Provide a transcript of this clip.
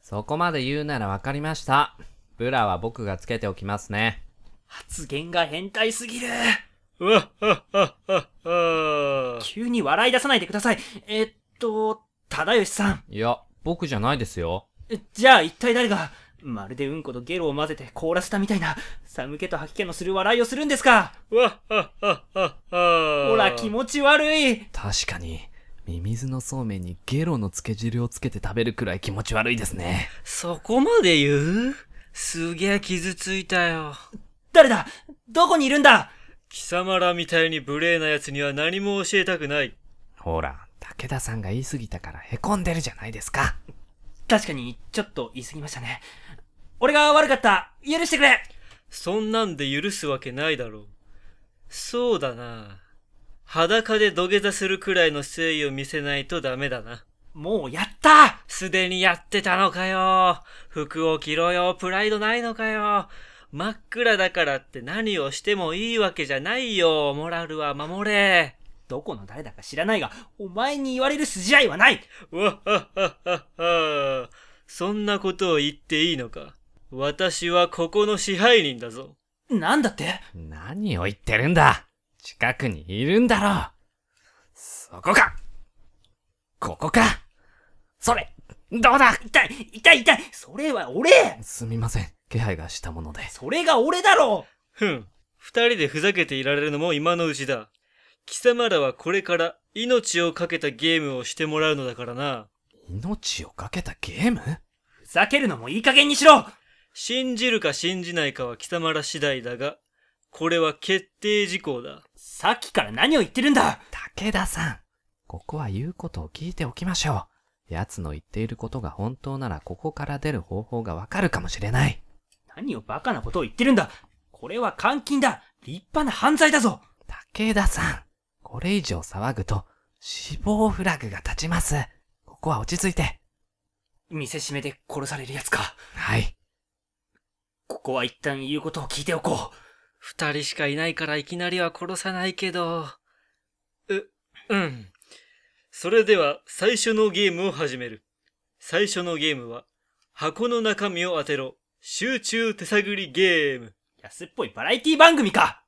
そこまで言うならわかりました。ブラは僕がつけておきますね。発言が変態すぎる。わっはっはっはっは。急に笑い出さないでください。えっと、忠義さん。いや、僕じゃないですよ。えじゃあ一体誰が、まるでうんことゲロを混ぜて凍らせたみたいな、寒気と吐き気のする笑いをするんですかわっはっはっはっは。ほら気持ち悪い。確かに、ミミズのそうめんにゲロのつけ汁をつけて食べるくらい気持ち悪いですね。そこまで言うすげえ傷ついたよ。誰だどこにいるんだ貴様らみたいに無礼な奴には何も教えたくない。ほら、武田さんが言い過ぎたからへこんでるじゃないですか。確かに、ちょっと言い過ぎましたね。俺が悪かった許してくれそんなんで許すわけないだろう。そうだな。裸で土下座するくらいの誠意を見せないとダメだな。もうやったすでにやってたのかよ。服を着ろよ。プライドないのかよ。真っ暗だからって何をしてもいいわけじゃないよ。モラルは守れ。どこの誰だか知らないが、お前に言われる筋合いはないわっはっはっはっは。そんなことを言っていいのか。私はここの支配人だぞ。なんだって何を言ってるんだ近くにいるんだろうそこかここかそれどうだ痛い痛い痛いそれは俺すみません。気配がしたもので。それが俺だろふん。二人でふざけていられるのも今のうちだ。貴様らはこれから命をかけたゲームをしてもらうのだからな。命をかけたゲームふざけるのもいい加減にしろ信じるか信じないかは貴様ら次第だが、これは決定事項だ。さっきから何を言ってるんだ武田さん。ここは言うことを聞いておきましょう。奴の言っていることが本当ならここから出る方法がわかるかもしれない。何をバカなことを言ってるんだこれは監禁だ立派な犯罪だぞ武田さん。これ以上騒ぐと死亡フラグが立ちます。ここは落ち着いて。見せしめで殺されるやつか。はい。ここは一旦言うことを聞いておこ二人しかいないからいきなりは殺さないけど。う、うん。それでは最初のゲームを始める。最初のゲームは、箱の中身を当てろ。集中手探りゲーム。う。安っぽいバラエティ番組か